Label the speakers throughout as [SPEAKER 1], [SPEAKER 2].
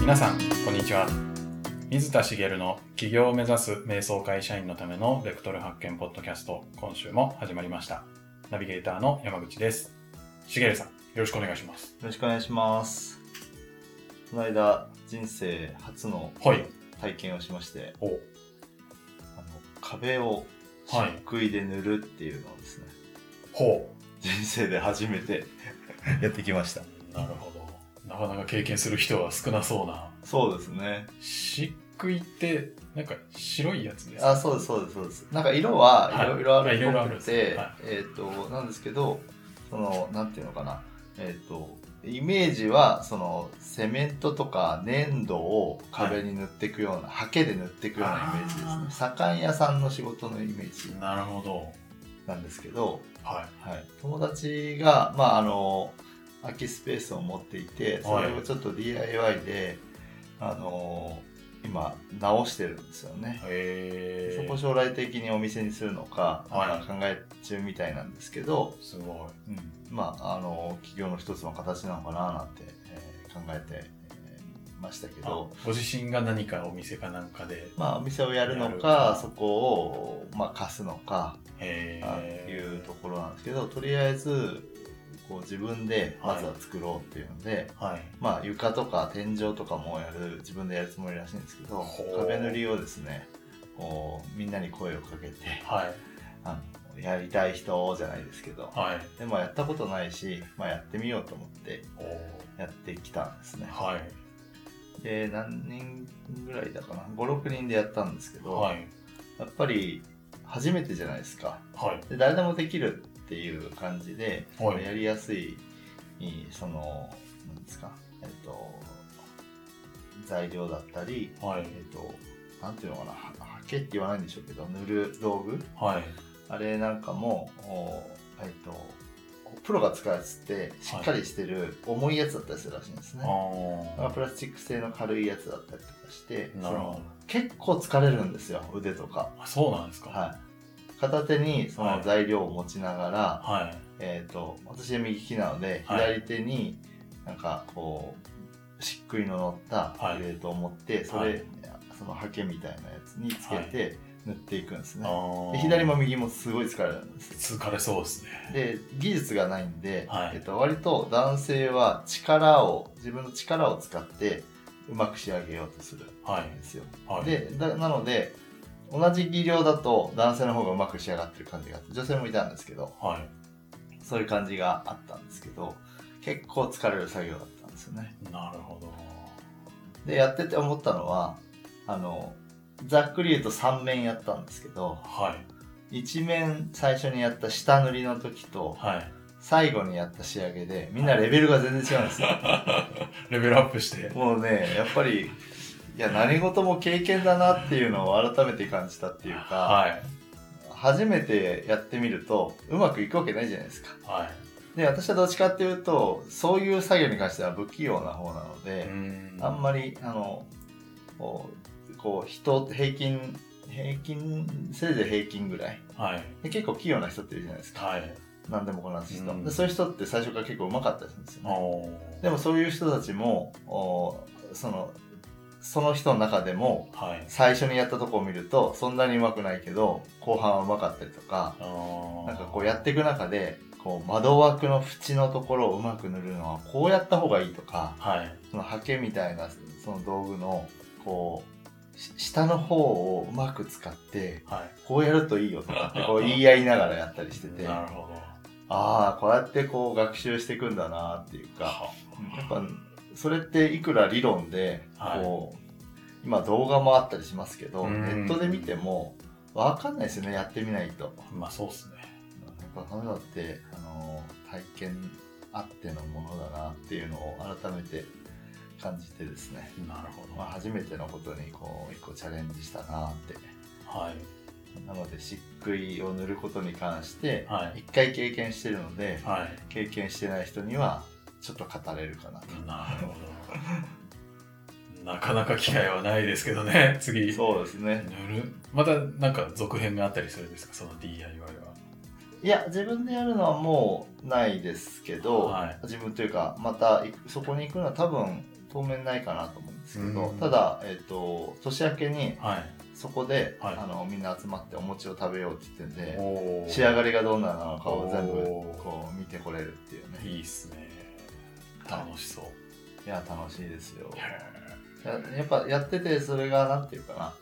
[SPEAKER 1] 皆さんこんにちは水田茂の起業を目指す瞑想会社員のためのベクトル発見ポッドキャスト今週も始まりましたナビゲーターの山口です茂さんよろしくお願いします
[SPEAKER 2] よろしくお願いします。この間、人生初の
[SPEAKER 1] はい
[SPEAKER 2] 体験をしまして、
[SPEAKER 1] お
[SPEAKER 2] あの壁を
[SPEAKER 1] はい
[SPEAKER 2] 漆喰で塗るっていうのをですね、
[SPEAKER 1] ほ
[SPEAKER 2] 人生で初めて やってきました。
[SPEAKER 1] うなるほどなかなか経験する人は少なそうな
[SPEAKER 2] そうですね。
[SPEAKER 1] 漆喰ってなんか白いやつです
[SPEAKER 2] あ、そうです、そうです、そうです。なんか色は
[SPEAKER 1] はい
[SPEAKER 2] いろいろあ
[SPEAKER 1] あ
[SPEAKER 2] る
[SPEAKER 1] いろいろあ
[SPEAKER 2] っ
[SPEAKER 1] るんで
[SPEAKER 2] ぽく
[SPEAKER 1] す
[SPEAKER 2] て、
[SPEAKER 1] は
[SPEAKER 2] えっ、と、なんですけど、その、なんていうのかな、えっ、と、イメージはそのセメントとか粘土を壁に塗っていくような、ハケで塗っていくようなイメージです
[SPEAKER 1] あー
[SPEAKER 2] ね左官屋さんの仕事のイメージ
[SPEAKER 1] なるほど
[SPEAKER 2] なんですけど、
[SPEAKER 1] は
[SPEAKER 2] はい、友達が、まあ、あの空きスペースを持っていてそれをちょっと DIY で、あの今直してるんですよね
[SPEAKER 1] い、へ
[SPEAKER 2] そこ
[SPEAKER 1] え
[SPEAKER 2] 将来的にお店にするのか、
[SPEAKER 1] はい
[SPEAKER 2] まあ考え中みたいなんですけど、
[SPEAKER 1] すごい
[SPEAKER 2] まあ、あの企業の一つの形なのかななんて、えー考えて、えーましたけ
[SPEAKER 1] あ
[SPEAKER 2] ど。
[SPEAKER 1] ご自身が何かお店かなんかで
[SPEAKER 2] まあ、お店をやるの
[SPEAKER 1] やる
[SPEAKER 2] か
[SPEAKER 1] か
[SPEAKER 2] そこを、まあ、貸すのか、
[SPEAKER 1] へ
[SPEAKER 2] あ
[SPEAKER 1] え
[SPEAKER 2] いうところなんですけどとりあえずこう自分でまずは作ろうっていうので、
[SPEAKER 1] はい
[SPEAKER 2] まあ、床とか天井とかもやる自分でやるつもりらしいんですけど
[SPEAKER 1] ほう
[SPEAKER 2] 壁塗りをですねこうみんなに声をかけて
[SPEAKER 1] はい
[SPEAKER 2] あのやりたい人じゃないですけど
[SPEAKER 1] はい
[SPEAKER 2] でもやったことないし、まあ、やってみようと思って
[SPEAKER 1] おー
[SPEAKER 2] やってきたんですね
[SPEAKER 1] はい
[SPEAKER 2] で何人ぐらいだかな56人でやったんですけど、
[SPEAKER 1] はい
[SPEAKER 2] やっぱり初めてじゃないですか
[SPEAKER 1] はい
[SPEAKER 2] で誰でもできるっていう感じで、
[SPEAKER 1] はい
[SPEAKER 2] やりやすいそのなんですかえっと材料だったり
[SPEAKER 1] はい
[SPEAKER 2] えっとなんていうのかなははけって言わないんでしょうけど塗る道具
[SPEAKER 1] はい
[SPEAKER 2] あれなんかもおえっとこうプロが使うやつってしっかりしてる重いやつだったりするらしいんですね、
[SPEAKER 1] あ
[SPEAKER 2] だから
[SPEAKER 1] ー
[SPEAKER 2] プラスチック製の軽いやつだったりとかして
[SPEAKER 1] なるほど
[SPEAKER 2] その結構疲れるんですよ腕とか
[SPEAKER 1] あそうなんですか
[SPEAKER 2] はい、片手にその材料を持ちながら、
[SPEAKER 1] はい
[SPEAKER 2] えー、と私は右利きなので、
[SPEAKER 1] はい
[SPEAKER 2] 左手になんかこうしっくいの乗った
[SPEAKER 1] はい
[SPEAKER 2] プレートを持って、それ、
[SPEAKER 1] はい
[SPEAKER 2] そのハケみたいなやつにつけて塗っていくんですね、
[SPEAKER 1] あ
[SPEAKER 2] で
[SPEAKER 1] ー
[SPEAKER 2] 左も右もすごい疲れるんです
[SPEAKER 1] 疲れそうですね
[SPEAKER 2] で技術がないんで、
[SPEAKER 1] はい
[SPEAKER 2] えー、と割と男性は力を自分の力を使ってうまく仕上げようとする
[SPEAKER 1] は
[SPEAKER 2] んで
[SPEAKER 1] い
[SPEAKER 2] すよ
[SPEAKER 1] はい
[SPEAKER 2] でだなので同じ技量だと男性の方がうまく仕上がってる感じがあって女性もいたんですけど
[SPEAKER 1] は
[SPEAKER 2] そういう感じがあったんですけど結構疲れる作業だったんですよね
[SPEAKER 1] いなるほど
[SPEAKER 2] でやってて思ったのはあのざっくり言うと3面やったんですけど
[SPEAKER 1] はい
[SPEAKER 2] 1面最初にやった下塗りの時と
[SPEAKER 1] はい
[SPEAKER 2] 最後にやった仕上げでみんなレベルが全然違うんですよ
[SPEAKER 1] レベルアップして
[SPEAKER 2] もうねやっぱりいや何事も経験だなっていうのを改めて感じたっていうか、
[SPEAKER 1] はい
[SPEAKER 2] 初めてやってみるとうまくいくわけないじゃないですか
[SPEAKER 1] は
[SPEAKER 2] で私はどっちかっていうとそういう作業に関しては不器用な方なの
[SPEAKER 1] いう
[SPEAKER 2] で、
[SPEAKER 1] ーん
[SPEAKER 2] あんまりあのこうこう人平均平均せいぜい平均ぐらい
[SPEAKER 1] はい
[SPEAKER 2] で結構器用な人っているじゃないですか
[SPEAKER 1] はい
[SPEAKER 2] 何でもこなす人、
[SPEAKER 1] うん
[SPEAKER 2] でそういう人って最初から結構うまかったりするんですよ、ね、
[SPEAKER 1] お
[SPEAKER 2] で
[SPEAKER 1] も
[SPEAKER 2] もそういう人たちもおそのその人の中でも
[SPEAKER 1] はい
[SPEAKER 2] 最初にやったとこを見るとそんなにうまくないけど後半はうまかったりとか
[SPEAKER 1] あー
[SPEAKER 2] なんかこうやっていく中でこう窓枠の縁のところをうまく塗るのはこうやった方がいいとか
[SPEAKER 1] はい
[SPEAKER 2] そのハケみたいなその道具のこうし下の方をうまく使って
[SPEAKER 1] は
[SPEAKER 2] こうやるといいよとかってこう言い合いながらやったりして
[SPEAKER 1] い
[SPEAKER 2] て
[SPEAKER 1] なる
[SPEAKER 2] あ
[SPEAKER 1] ほど
[SPEAKER 2] あこうやってこう学習していくんだなっていうか
[SPEAKER 1] は
[SPEAKER 2] やっぱそれっていくら理論で
[SPEAKER 1] はい
[SPEAKER 2] こう、今動画もあったりしますけど
[SPEAKER 1] う
[SPEAKER 2] ネ
[SPEAKER 1] ん
[SPEAKER 2] ットで見ても分かんないですよねやってみないと。
[SPEAKER 1] まあそうですね
[SPEAKER 2] やっぱそういうのって、あの体験あってのものだなっていうのを改めて感じてですね、
[SPEAKER 1] なるほど
[SPEAKER 2] まあ、初めてのことにこう一個チャレンジしたなって
[SPEAKER 1] はい
[SPEAKER 2] なので漆喰を塗ることに関して
[SPEAKER 1] はい
[SPEAKER 2] 一回経験してるので
[SPEAKER 1] はい
[SPEAKER 2] 経験してない人にはちょっと語れるかなと、
[SPEAKER 1] なるほど。なかなか機会はないですけどね、次。
[SPEAKER 2] そうですね
[SPEAKER 1] 塗るまたなんか続編があったりするんですか、その DIY
[SPEAKER 2] いや自分でやるのはもうないですけ
[SPEAKER 1] は。
[SPEAKER 2] ど、
[SPEAKER 1] はい。
[SPEAKER 2] 自分というかまた行くそこに行くのは多分当面ないかなと思うんんですけど、
[SPEAKER 1] うん
[SPEAKER 2] ただ、えっと年明けに
[SPEAKER 1] はい。
[SPEAKER 2] そこで、
[SPEAKER 1] はい
[SPEAKER 2] あのみんな集まってお餅を食べようって言ってんで
[SPEAKER 1] おー
[SPEAKER 2] 仕上がりがどんなのかを全部
[SPEAKER 1] おー
[SPEAKER 2] こう見てこれるっていうね
[SPEAKER 1] いいっすね。楽しそう。
[SPEAKER 2] いや楽しいですよ
[SPEAKER 1] へ
[SPEAKER 2] ややっぱやっててそれがなんていうかな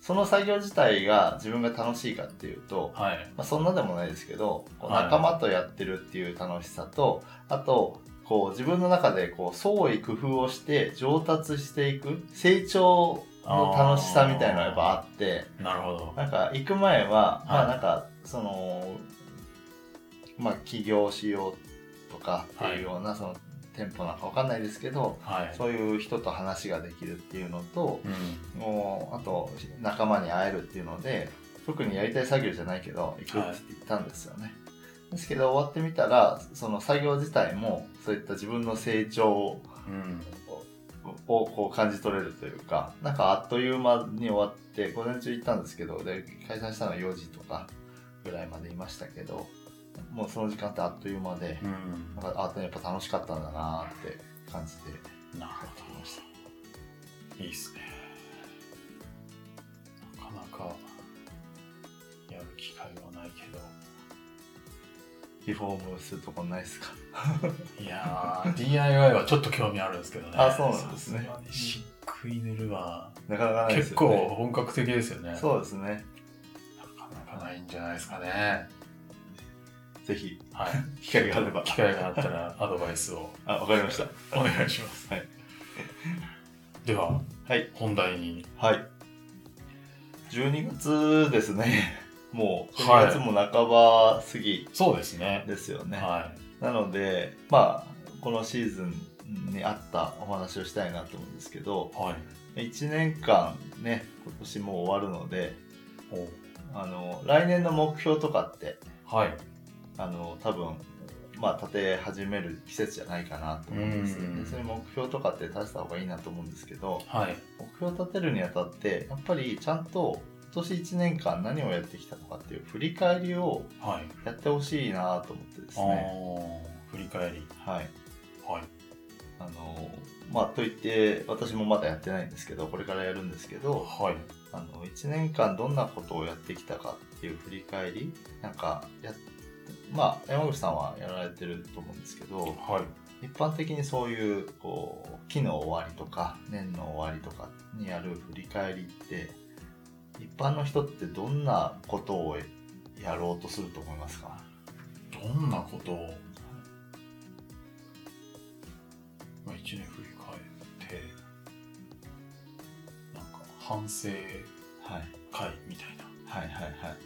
[SPEAKER 2] その作業自体が自分が楽しいかっていうと
[SPEAKER 1] ー、はい。
[SPEAKER 2] まあ、そんなでもないですけどこう
[SPEAKER 1] はい
[SPEAKER 2] 仲間とやってるっていう楽しさと、あとこう自分の中でこう創意工夫をして上達していく成長の楽しさみたいなのがやっぱあって
[SPEAKER 1] なるほど。
[SPEAKER 2] なんか行く前は、ま
[SPEAKER 1] は
[SPEAKER 2] あ
[SPEAKER 1] い
[SPEAKER 2] なんかそのまあ起業しようとかっていうような、その店舗なんかわかんないですけど
[SPEAKER 1] はい。
[SPEAKER 2] そういう人と話ができるっていうのと
[SPEAKER 1] うん。
[SPEAKER 2] もうあと仲間に会えるっていうので特にやりたい作業じゃないけど行くって言ったんですよね、ですけど終わってみたらその作業自体もそういった自分の成長を
[SPEAKER 1] うん。
[SPEAKER 2] をこう感じ取れるというかなんかあっという間に終わって午前中行ったんですけどで解散したのは4時とかぐらいまでいましたけどもうその時間ってあっという間で
[SPEAKER 1] う
[SPEAKER 2] なん
[SPEAKER 1] ん。
[SPEAKER 2] かあやっぱ楽しかったんだなーって感じて
[SPEAKER 1] なる
[SPEAKER 2] 帰ってきました
[SPEAKER 1] ほど。いいっすね。なかなか、やる機会はないけど。
[SPEAKER 2] リフォームするとこないですか
[SPEAKER 1] いやー、DIY はちょっと興味あるんですけどね。
[SPEAKER 2] あそうなんですね
[SPEAKER 1] さがにしっくい寝るは、
[SPEAKER 2] なかなかないです
[SPEAKER 1] 結
[SPEAKER 2] よね
[SPEAKER 1] 構本格的ですよね。
[SPEAKER 2] そうですね
[SPEAKER 1] なかなかないんじゃないですかね。
[SPEAKER 2] ぜひ
[SPEAKER 1] はい。
[SPEAKER 2] 機会があれば
[SPEAKER 1] 機会があったらアドバイスを
[SPEAKER 2] あわかりました
[SPEAKER 1] お願いします。
[SPEAKER 2] はい。
[SPEAKER 1] では、
[SPEAKER 2] はい
[SPEAKER 1] 本題に。
[SPEAKER 2] はい12月ですね もう
[SPEAKER 1] はい
[SPEAKER 2] 12月も半ば過ぎ
[SPEAKER 1] そうですね。
[SPEAKER 2] ですよね、
[SPEAKER 1] は
[SPEAKER 2] なのでまあこのシーズンに合ったお話をしたいなと思うんですけど
[SPEAKER 1] い。はい。
[SPEAKER 2] 1年間ね今年もう終わるので
[SPEAKER 1] お
[SPEAKER 2] あの来年の目標とかって
[SPEAKER 1] はい。
[SPEAKER 2] あの多分まあ立て始める季節じゃないかなと思うんですよ
[SPEAKER 1] う
[SPEAKER 2] ね
[SPEAKER 1] ん
[SPEAKER 2] そういう目標とかって立てた方がいいなと思うんですけど
[SPEAKER 1] はい。
[SPEAKER 2] 目標を立てるにあたってやっぱりちゃんと今年1年間何をやってきたのかっていう振り返りを
[SPEAKER 1] はい。
[SPEAKER 2] やってほしいなと思ってです
[SPEAKER 1] あ
[SPEAKER 2] ね
[SPEAKER 1] ー振り返り。
[SPEAKER 2] はい
[SPEAKER 1] はい。
[SPEAKER 2] あのまあといって私もまだやってないんですけどこれからやるんですけど
[SPEAKER 1] はい。
[SPEAKER 2] あの1年間どんなことをやってきたかっていう振り返りなんかやっまあ山口さんはやられてると思うんですけど
[SPEAKER 1] はい。
[SPEAKER 2] 一般的にそういうこう期の終わりとか年の終わりとかにやる振り返りって一般の人ってどんなことをやろうとすると思いますか
[SPEAKER 1] どんなことを、まあ、1年振り返ってなんか反省
[SPEAKER 2] はい
[SPEAKER 1] 会みたいな
[SPEAKER 2] はいはいは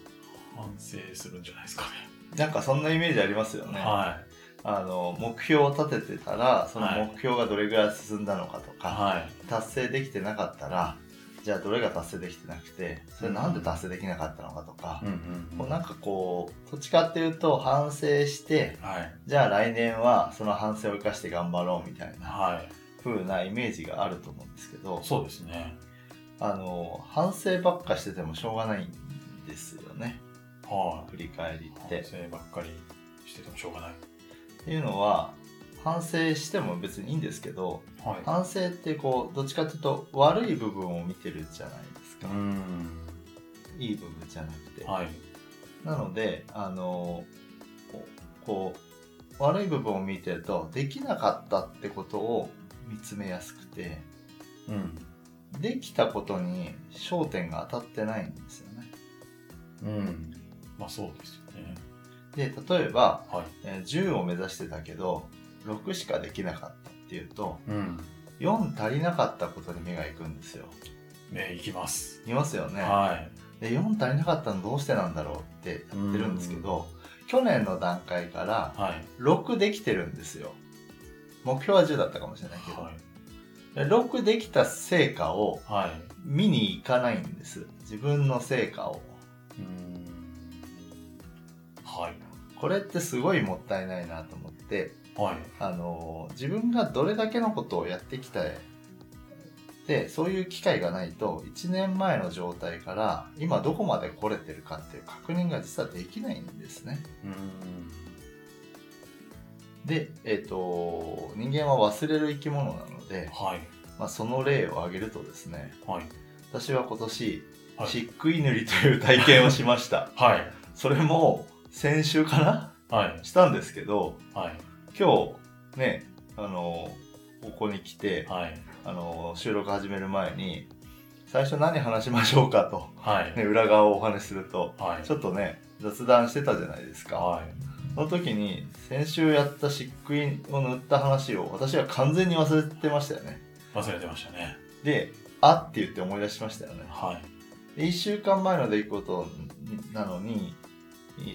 [SPEAKER 1] 反省するんじゃないですかね
[SPEAKER 2] いなんかそんなイメージありますよね
[SPEAKER 1] はい
[SPEAKER 2] あの目標を立ててたらその
[SPEAKER 1] はい
[SPEAKER 2] 目標がどれぐらい進んだのかとか、
[SPEAKER 1] は
[SPEAKER 2] 達成できてなかったらじゃあどれが達成できてなくてそれなんで達成できなかったのかとか
[SPEAKER 1] い、、うん
[SPEAKER 2] こうなんかこうどっちかっていうと反省して
[SPEAKER 1] はい
[SPEAKER 2] じゃあ来年はその反省を生かして頑張ろうみたいな
[SPEAKER 1] は
[SPEAKER 2] 風なイメージがあると思うんですけど
[SPEAKER 1] いそうですね
[SPEAKER 2] あの反省ばっかしててもしょうがないんですよね
[SPEAKER 1] はい
[SPEAKER 2] 振り返りっ
[SPEAKER 1] 反
[SPEAKER 2] て。
[SPEAKER 1] 省ばっかりしててもしょうがない
[SPEAKER 2] っていうのは反省しても別にいいんですけど
[SPEAKER 1] は
[SPEAKER 2] 反省ってこうどっちかっていうと悪い部分を見てるじゃないです
[SPEAKER 1] い
[SPEAKER 2] か
[SPEAKER 1] う、ん
[SPEAKER 2] いい部分じゃなくて、
[SPEAKER 1] はい
[SPEAKER 2] なのであのこうこう悪い部分を見てるとできなかったってことを見つめやすくて
[SPEAKER 1] うん
[SPEAKER 2] できたことに焦点が当たってないんですよね
[SPEAKER 1] うんまあそうですよね
[SPEAKER 2] で例えば、
[SPEAKER 1] はい
[SPEAKER 2] えー10を目指してたけど6しかできなかったっていうと
[SPEAKER 1] うん
[SPEAKER 2] 4足りなかったことに目がいくんですよ
[SPEAKER 1] ねいきます
[SPEAKER 2] いますよね
[SPEAKER 1] は
[SPEAKER 2] で4足りなかったのどうしてなんだろうってやってるんですけど去年の段階から
[SPEAKER 1] いはい
[SPEAKER 2] 6できてるんですよ目標は10だったかもしれないけど、
[SPEAKER 1] はい
[SPEAKER 2] で6できた成果を
[SPEAKER 1] はい
[SPEAKER 2] 見に行かないんです自分の成果を
[SPEAKER 1] うーんはい。
[SPEAKER 2] これってすごいもったいないなと思って
[SPEAKER 1] はい。
[SPEAKER 2] あの自分がどれだけのことをやってきたでそういう機会がないと1年前の状態から今どこまで来れてるかっていう確認が実はできないんですね
[SPEAKER 1] うーん。
[SPEAKER 2] で、えっと人間は忘れる生き物なので
[SPEAKER 1] はい。
[SPEAKER 2] まあ、その例を挙げるとですね
[SPEAKER 1] はい。
[SPEAKER 2] 私は今年、
[SPEAKER 1] はい
[SPEAKER 2] 漆喰塗りという体験をしました
[SPEAKER 1] はい。
[SPEAKER 2] それも先週かな
[SPEAKER 1] はい。
[SPEAKER 2] したんですけど
[SPEAKER 1] はい。
[SPEAKER 2] 今日ねあのここに来て
[SPEAKER 1] はい。
[SPEAKER 2] あの収録始める前に最初何話しましょうかと、
[SPEAKER 1] はい。
[SPEAKER 2] ね、裏側をお話しすると
[SPEAKER 1] はい。
[SPEAKER 2] ちょっとね雑談してたじゃないですか、
[SPEAKER 1] はい。
[SPEAKER 2] その時に先週やった漆喰を塗った話を私は完全に忘れてましたよね
[SPEAKER 1] 忘れてましたね。
[SPEAKER 2] で「あ」って言って思い出しましたよね
[SPEAKER 1] はい。
[SPEAKER 2] で1週間前の出来事なのに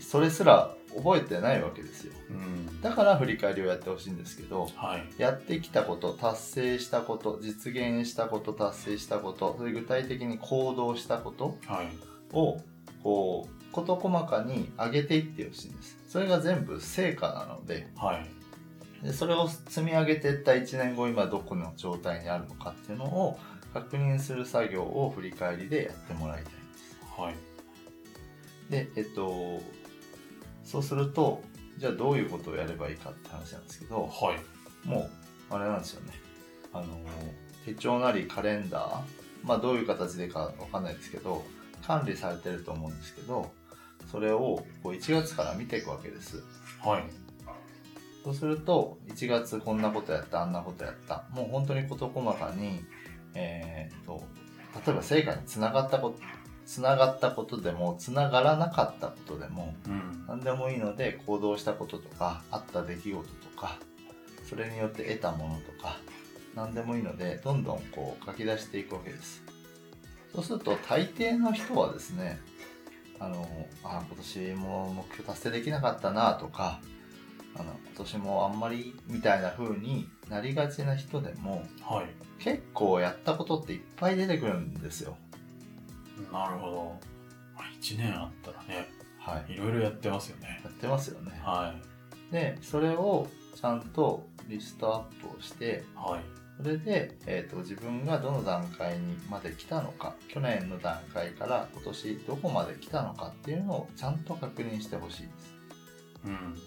[SPEAKER 2] それすら覚えてないわけですよ
[SPEAKER 1] うん。
[SPEAKER 2] だから振り返りをやってほしいんですけど
[SPEAKER 1] はい。
[SPEAKER 2] やってきたこと達成したこと実現したこと達成したことそれ具体的に行動したこと
[SPEAKER 1] はい。
[SPEAKER 2] をこう事細かに上げていってほしいんですそれが全部成果なので
[SPEAKER 1] はい。
[SPEAKER 2] でそれを積み上げていった1年後今どこの状態にあるのかっていうのを確認する作業を振り返りでやってもらいたい
[SPEAKER 1] はい。
[SPEAKER 2] でえっとそうするとじゃあどういうことをやればいいかって話なんですけど
[SPEAKER 1] はい。
[SPEAKER 2] もうあれなんですよねあの手帳なりカレンダーまあどういう形でかわかんないですけど管理されてると思うんですけどそれをこう1月から見ていくわけです
[SPEAKER 1] はい。
[SPEAKER 2] そうすると1月こんなことやったあんなことやったもう本当に事細かにえーっと例えば成果につながったことつながったことでもつながらなかったことでも
[SPEAKER 1] うん。
[SPEAKER 2] 何でもいいので行動したこととかあった出来事とかそれによって得たものとか何でもいいのでどんどんこう書き出していくわけですそうすると大抵の人はですねあのあ今年も目標達成できなかったなとかあの今年もあんまりみたいな風になりがちな人でも
[SPEAKER 1] はい。
[SPEAKER 2] 結構やったことっていっぱい出てくるんですよ
[SPEAKER 1] なるほど。まあ一年あったらね、
[SPEAKER 2] はい
[SPEAKER 1] いろいろやってますよね。
[SPEAKER 2] やってますよね
[SPEAKER 1] はい。
[SPEAKER 2] でそれをちゃんとリストアップをして
[SPEAKER 1] はい。
[SPEAKER 2] それで、えー、と自分がどの段階にまで来たのか去年の段階から今年どこまで来たのかっていうのをちゃんと確認してほしいです
[SPEAKER 1] うん。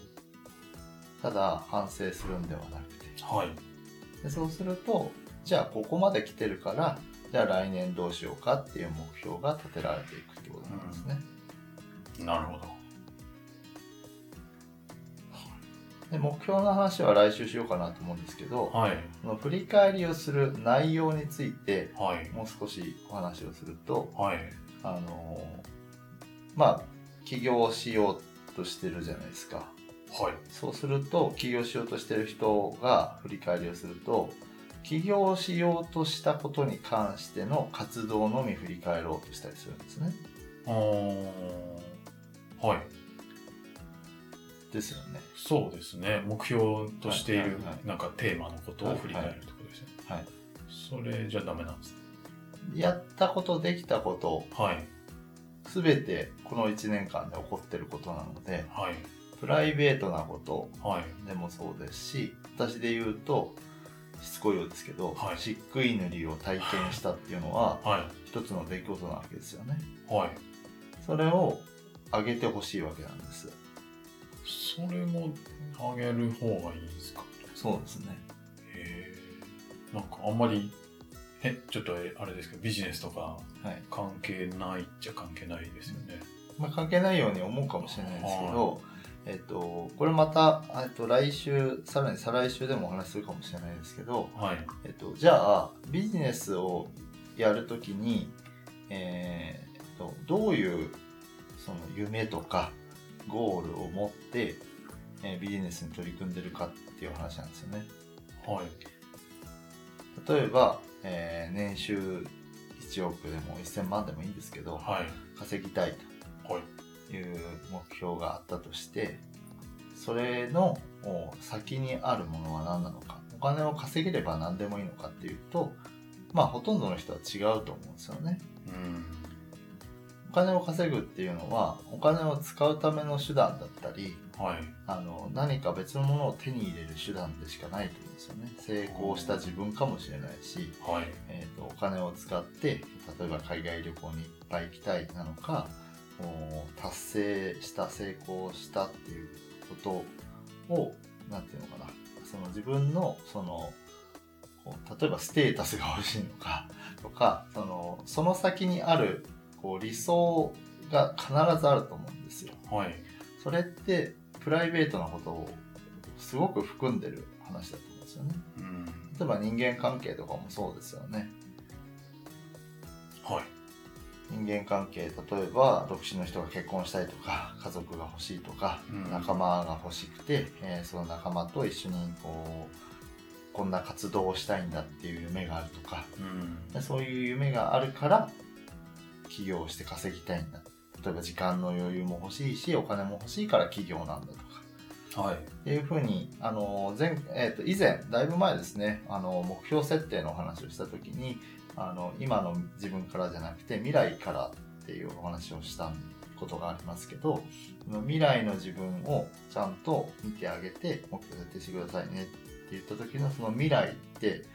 [SPEAKER 2] ただ反省するんではなくて
[SPEAKER 1] はい。
[SPEAKER 2] でそうするとじゃあここまで来てるからじゃあ来年どうしようかっていう目標が立てられていくってことなんですね、
[SPEAKER 1] なるほど。
[SPEAKER 2] で目標の話は来週しようかなと思うんですけど
[SPEAKER 1] はい。
[SPEAKER 2] その振り返りをする内容について
[SPEAKER 1] はい。
[SPEAKER 2] もう少しお話をすると
[SPEAKER 1] はい。
[SPEAKER 2] あのーまあ起業しようとしてるじゃないですか
[SPEAKER 1] はい。
[SPEAKER 2] そうすると起業しようとしてる人が振り返りをすると起業しようとしたことに関しての活動のみ振り返ろうとしたりするんですね
[SPEAKER 1] おーはい。
[SPEAKER 2] ですよね
[SPEAKER 1] そうですね。目標としている、
[SPEAKER 2] はいはいはい
[SPEAKER 1] なんかテーマのことを振り返るってことですね。
[SPEAKER 2] はいはい
[SPEAKER 1] それじゃダメなんですね。
[SPEAKER 2] やったことできたこと
[SPEAKER 1] はい。
[SPEAKER 2] 全てこの1年間で起こってることなので
[SPEAKER 1] はい。
[SPEAKER 2] プライベートなこと
[SPEAKER 1] はい。
[SPEAKER 2] でもそうですし私で言うとしつこいようですけど、
[SPEAKER 1] はい
[SPEAKER 2] 漆喰塗りを体験したっていうのは
[SPEAKER 1] はい。
[SPEAKER 2] 一つの出来事なわけですよね
[SPEAKER 1] はい。
[SPEAKER 2] それを上げてほしいわけなんです
[SPEAKER 1] それもあげる方がいいですか
[SPEAKER 2] そうですね
[SPEAKER 1] へえ。なんかあんまり、え、ちょっとえあれですけど、ビジネスとか
[SPEAKER 2] はい、
[SPEAKER 1] 関係ないっちゃ関係ないですよね。
[SPEAKER 2] まあ、関係ないように思うかもしれないですけどえっとこれまたえっと来週さらに再来週でもお話しするかもしれないですけど、
[SPEAKER 1] はい。
[SPEAKER 2] えっと、じゃあビジネスをやるときに、えーえっとどういうその夢とかゴールを持って、えービジネスに取り組んでるかっていう話なんですよね。
[SPEAKER 1] はい。
[SPEAKER 2] 例えば、えー年収1億でも1000万でもいいんですけど
[SPEAKER 1] はい。
[SPEAKER 2] 稼ぎたい
[SPEAKER 1] はい。
[SPEAKER 2] という目標があったとしてそれのお先にあるものは何なのかお金を稼げれば何でもいいのかっていうとまあほとんどの人は違うと思うんですよね。
[SPEAKER 1] うん。
[SPEAKER 2] お金を稼ぐっていうのはお金を使うための手段だったり
[SPEAKER 1] はい。
[SPEAKER 2] あの何か別のものを手に入れる手段でしかないと思うんですよね。成功した自分かもしれないし、
[SPEAKER 1] はい。
[SPEAKER 2] えー、とお金を使って例えば海外旅行にいっぱい行きたいなのかお達成した成功したっていうことをなんていうのかなその自分のそのこう例えばステータスが欲しいのか とかそのその先にあるこう理想が必ずあると思うんですよ。
[SPEAKER 1] はい。
[SPEAKER 2] それってプライベートなことをすごく含んでる話だと思うんですよね。
[SPEAKER 1] うん。
[SPEAKER 2] 例えば人間関係とかもそうですよね。
[SPEAKER 1] はい。
[SPEAKER 2] 人間関係例えば独身の人が結婚したいとか家族が欲しいとか、
[SPEAKER 1] うん
[SPEAKER 2] 仲間が欲しくて、えーその仲間と一緒にこうこんな活動をしたいんだっていう夢があるとか
[SPEAKER 1] うん。
[SPEAKER 2] でそういう夢があるから起業して稼ぎたいんだ例えば時間の余裕も欲しいしお金も欲しいから起業なんだとか
[SPEAKER 1] はい。
[SPEAKER 2] っていうふうにあの前、えー、と以前だいぶ前ですねあの目標設定のお話をした時にあの今の自分からじゃなくて未来からっていうお話をしたことがありますけどその未来の自分をちゃんと見てあげて目標設定してくださいねって言った時のその未来って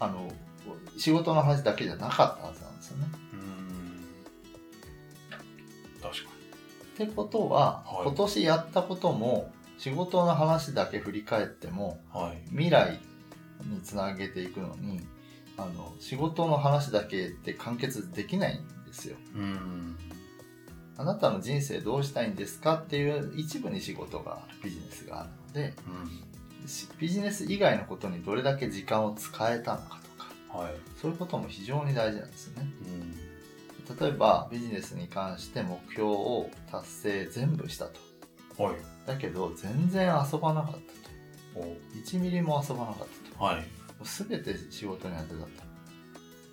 [SPEAKER 2] あの仕事の話だけじゃなかったはずなんですよね。
[SPEAKER 1] うん。確か
[SPEAKER 2] ってことは、
[SPEAKER 1] はい
[SPEAKER 2] 今年やったことも仕事の話だけ振り返っても
[SPEAKER 1] に。はい。
[SPEAKER 2] 未来につなげていくのにあの仕事の話だけで完結できないんですよ。
[SPEAKER 1] うん。
[SPEAKER 2] あなたの人生どうしたいんですかっていう一部に仕事があるビジネスがあるので
[SPEAKER 1] うん。
[SPEAKER 2] しビジネス以外のことにどれだけ時間を使えたのかとか
[SPEAKER 1] はい。
[SPEAKER 2] そういうことも非常に大事なんですよね。
[SPEAKER 1] うん。
[SPEAKER 2] 例えばビジネスに関して目標を達成全部したと。
[SPEAKER 1] はい。
[SPEAKER 2] だけど全然遊ばなかったと。
[SPEAKER 1] お
[SPEAKER 2] 1ミリも遊ばなかったと。
[SPEAKER 1] はい。
[SPEAKER 2] 全て仕事に当てたとっ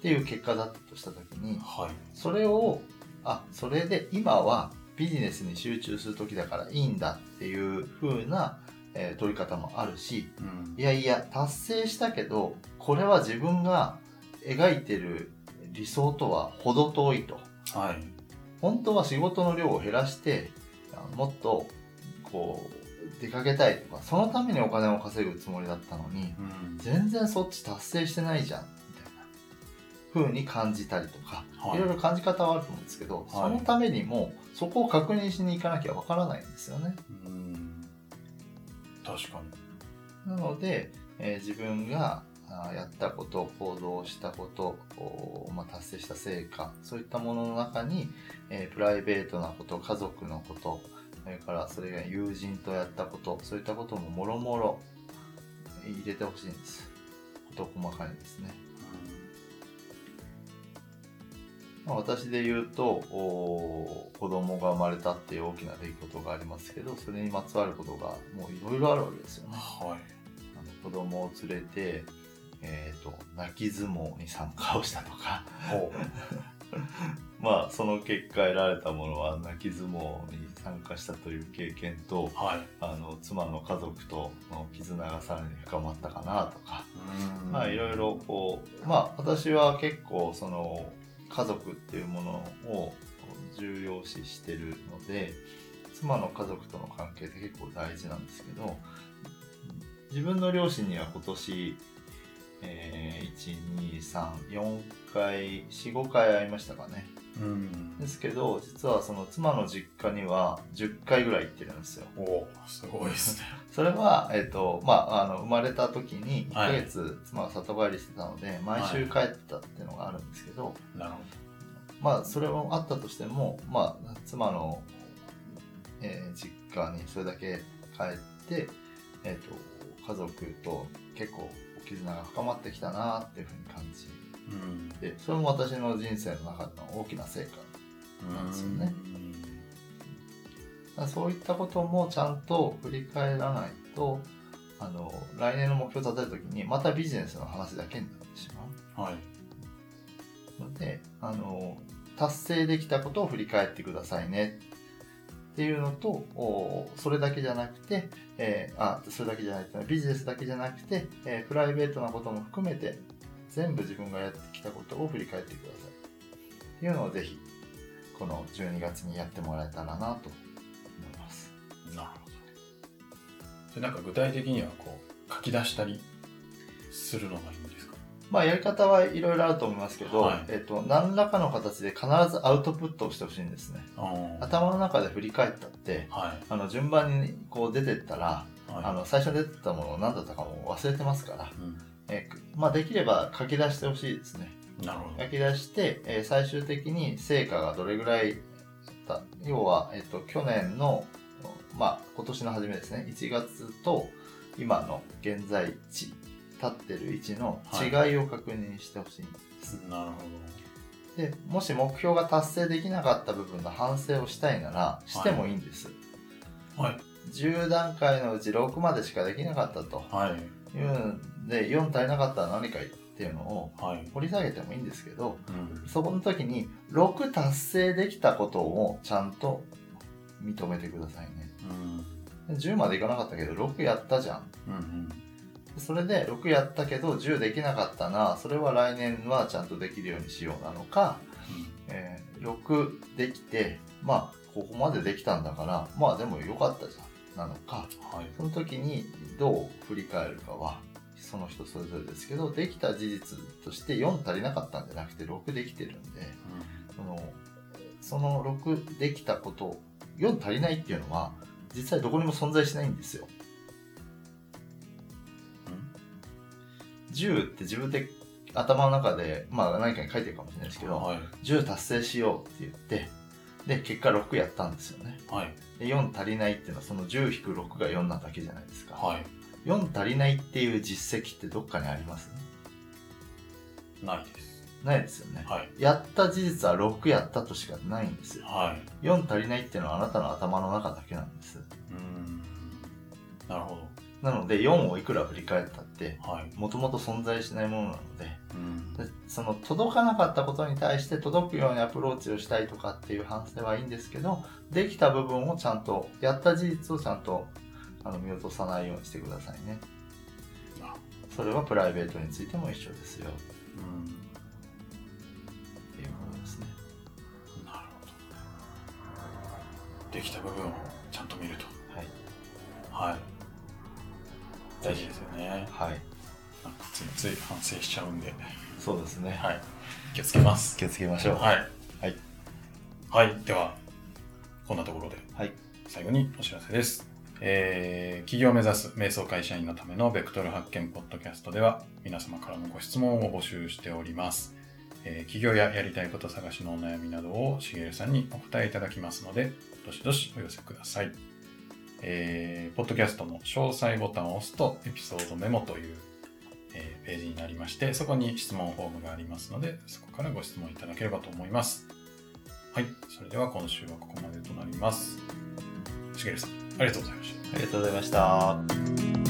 [SPEAKER 2] ていう結果だったとした時に
[SPEAKER 1] はい。
[SPEAKER 2] それをあそれで今はビジネスに集中する時だからいいんだっていう風な、えー取り方もあるし
[SPEAKER 1] うん
[SPEAKER 2] い。やいや達成したけどこれは自分が描いてる理想とは程遠いと
[SPEAKER 1] はい。
[SPEAKER 2] 本当は仕事の量を減らしてあもっとこう出かけたいとかそのためにお金を稼ぐつもりだったのに
[SPEAKER 1] うん。
[SPEAKER 2] 全然そっち達成してないじゃんみたいな風に感じたりとか、
[SPEAKER 1] はい
[SPEAKER 2] い、ろいろ感じ方はあると思うんですけど、
[SPEAKER 1] い
[SPEAKER 2] そのためにもそこを確認しに行かなきゃわからないんですよね。
[SPEAKER 1] うん。確かに。
[SPEAKER 2] なので、えー自分があーやったこと行動したことおーまあ、達成した成果そういったものの中に、えープライベートなこと家族のことそれからそれが友人とやったことそういったことももろもろ入れてほしいんです。事細かにですね。まあ、私で言うとおー子供が生まれたっていう大きな出来事がありますけどそれにまつわることがもういろいろあるわけですよね
[SPEAKER 1] はい。
[SPEAKER 2] あの子供を連れて、えー、と泣き相撲に参加をしたとか
[SPEAKER 1] お
[SPEAKER 2] まあその結果得られたものは泣き相撲に参加したという経験と
[SPEAKER 1] はい。
[SPEAKER 2] あの妻の家族との絆がさらに深まったかなとか
[SPEAKER 1] うん
[SPEAKER 2] まあいろいろこうまあ私は結構その家族っていうものを重要視してるので妻の家族との関係って結構大事なんですけど自分の両親には今年、え1234回45回会いましたかね
[SPEAKER 1] うん。
[SPEAKER 2] ですけど実はその妻の実家には10回ぐらい行ってるんですよ
[SPEAKER 1] おすごいですね。
[SPEAKER 2] それは、えっとまあ、あの生まれた時に1
[SPEAKER 1] はい
[SPEAKER 2] ヶ月妻が里帰りしてたので、毎週帰ってたっていうのがあるんですけど、
[SPEAKER 1] なるほ
[SPEAKER 2] まあそれもあったとしても、まあ、妻の、えー実家にそれだけ帰って、えっと家族と結構絆が深まってきたなっていうふうに感じ
[SPEAKER 1] ど。うん。
[SPEAKER 2] てそれも私の人生の中の大きな成果なんですよねだからそういったこともちゃんと振り返らないとあの来年の目標を立てる時にまたビジネスの話だけになってしまう
[SPEAKER 1] うん。はい。
[SPEAKER 2] のであの達成できたことを振り返ってくださいねっていうのとおそれだけじゃなくて、えーあそれだけじゃないっていうのはビジネスだけじゃなくて、えープライベートなことも含めて全部自分がやってきたことを振り返ってくださいっていうのをぜひこの12月にやってもらえたらなと思います。
[SPEAKER 1] なるほど。で、なんか具体的にはこう、書き出したりするのがいいんですか
[SPEAKER 2] まあ、やり方はいろいろあると思いますけど、
[SPEAKER 1] はい
[SPEAKER 2] えっと、何らかの形で必ずアウトプットをしてほしいんですね。
[SPEAKER 1] あ
[SPEAKER 2] 頭の中で振り返ったって、
[SPEAKER 1] あ。はい。
[SPEAKER 2] あの、順番にこう出てったら、
[SPEAKER 1] はい。
[SPEAKER 2] あの、最初に出てったものを何だったかも忘れてますから、
[SPEAKER 1] うん、
[SPEAKER 2] えーまあ、できれば書き出してほしいですね
[SPEAKER 1] なるほど。
[SPEAKER 2] 書き出して、えー最終的に成果がどれぐらいだった要は、えっと去年の、まあ、今年の初めですね1月と今の現在地立ってる位置の違いを確認してほしいんです、
[SPEAKER 1] なるほ
[SPEAKER 2] でもし目標が達成できなかった部分の反省をしたいならしてもいいんです、
[SPEAKER 1] ど。はい。
[SPEAKER 2] 10段階のうち6までしかできなかったと
[SPEAKER 1] はい。
[SPEAKER 2] いうんで4足りなかったら何かいっていうのを
[SPEAKER 1] はい。
[SPEAKER 2] 掘り下げてもいいんですけど、
[SPEAKER 1] うん。
[SPEAKER 2] そこの時に6達成できたことをちゃんと認めてくださいね。
[SPEAKER 1] うん。
[SPEAKER 2] 10までいかなかったけど6やったじゃん。
[SPEAKER 1] うん。
[SPEAKER 2] それで6やったけど10できなかったな、それは来年はちゃんとできるようにしようなのか、えー6できて、まあここまでできたんだから、まあでもよかったじゃんなのか、
[SPEAKER 1] はい。
[SPEAKER 2] その時にどう振り返るかは、その人それぞれですけど、できた事実として4足りなかったんじゃなくて6できてるんで、そのその6できたこと4足りないっていうのは実際どこにも存在しないんですよ10って自分で頭の中で、まあ、何かに書いてるかもしれないですけど
[SPEAKER 1] はい。
[SPEAKER 2] 10達成しようって言ってで結果6やったんですよね
[SPEAKER 1] はい。
[SPEAKER 2] で4足りないっていうのはその10-6が4なだけじゃないですか、
[SPEAKER 1] はい。
[SPEAKER 2] 4足りないっていう実績ってどっかにあります
[SPEAKER 1] ないです。
[SPEAKER 2] ないですよね
[SPEAKER 1] はい。
[SPEAKER 2] やった事実は6やったとしかないんですよ
[SPEAKER 1] はい。
[SPEAKER 2] 4足りないっていうのはあなたの頭の中だけなんです
[SPEAKER 1] うん。なるほ
[SPEAKER 2] なので4をいくら振り返ったって
[SPEAKER 1] ど。はい。
[SPEAKER 2] もともと存在しないものなので
[SPEAKER 1] うん。
[SPEAKER 2] でその届かなかったことに対して届くようにアプローチをしたいとかっていう反省はいいんですけどできた部分をちゃんとやった事実をちゃんとあの見落とさないようにしてくださいね
[SPEAKER 1] な
[SPEAKER 2] それはプライベートについても一緒ですよ
[SPEAKER 1] うん。
[SPEAKER 2] っていうことですね
[SPEAKER 1] なるほど。できた部分をちゃんと見ると。
[SPEAKER 2] はい
[SPEAKER 1] はい。大事ですよね。
[SPEAKER 2] はい
[SPEAKER 1] なんかついつい反省しちゃうんで。
[SPEAKER 2] そうですね、
[SPEAKER 1] はい。気をつけます。
[SPEAKER 2] 気をつけましょう
[SPEAKER 1] はい。
[SPEAKER 2] はい。
[SPEAKER 1] はい。では、こんなところで
[SPEAKER 2] はい
[SPEAKER 1] 最後にお知らせです。えー企業を目指す瞑想会社員のためのベクトル発見ポッドキャストでは皆様からのご質問を募集しております。えー企業ややりたいこと探しのお悩みなどをしげるさんにお答えいただきますので、どしどしお寄せください。えーポッドキャストの詳細ボタンを押すとエピソードメモという、えーページになりまして、そこに質問フォームがありますので、そこからご質問いただければと思います。はい。それでは今週はここまでとなります。しげるさん、ありがとうございました。
[SPEAKER 2] ありがとうございました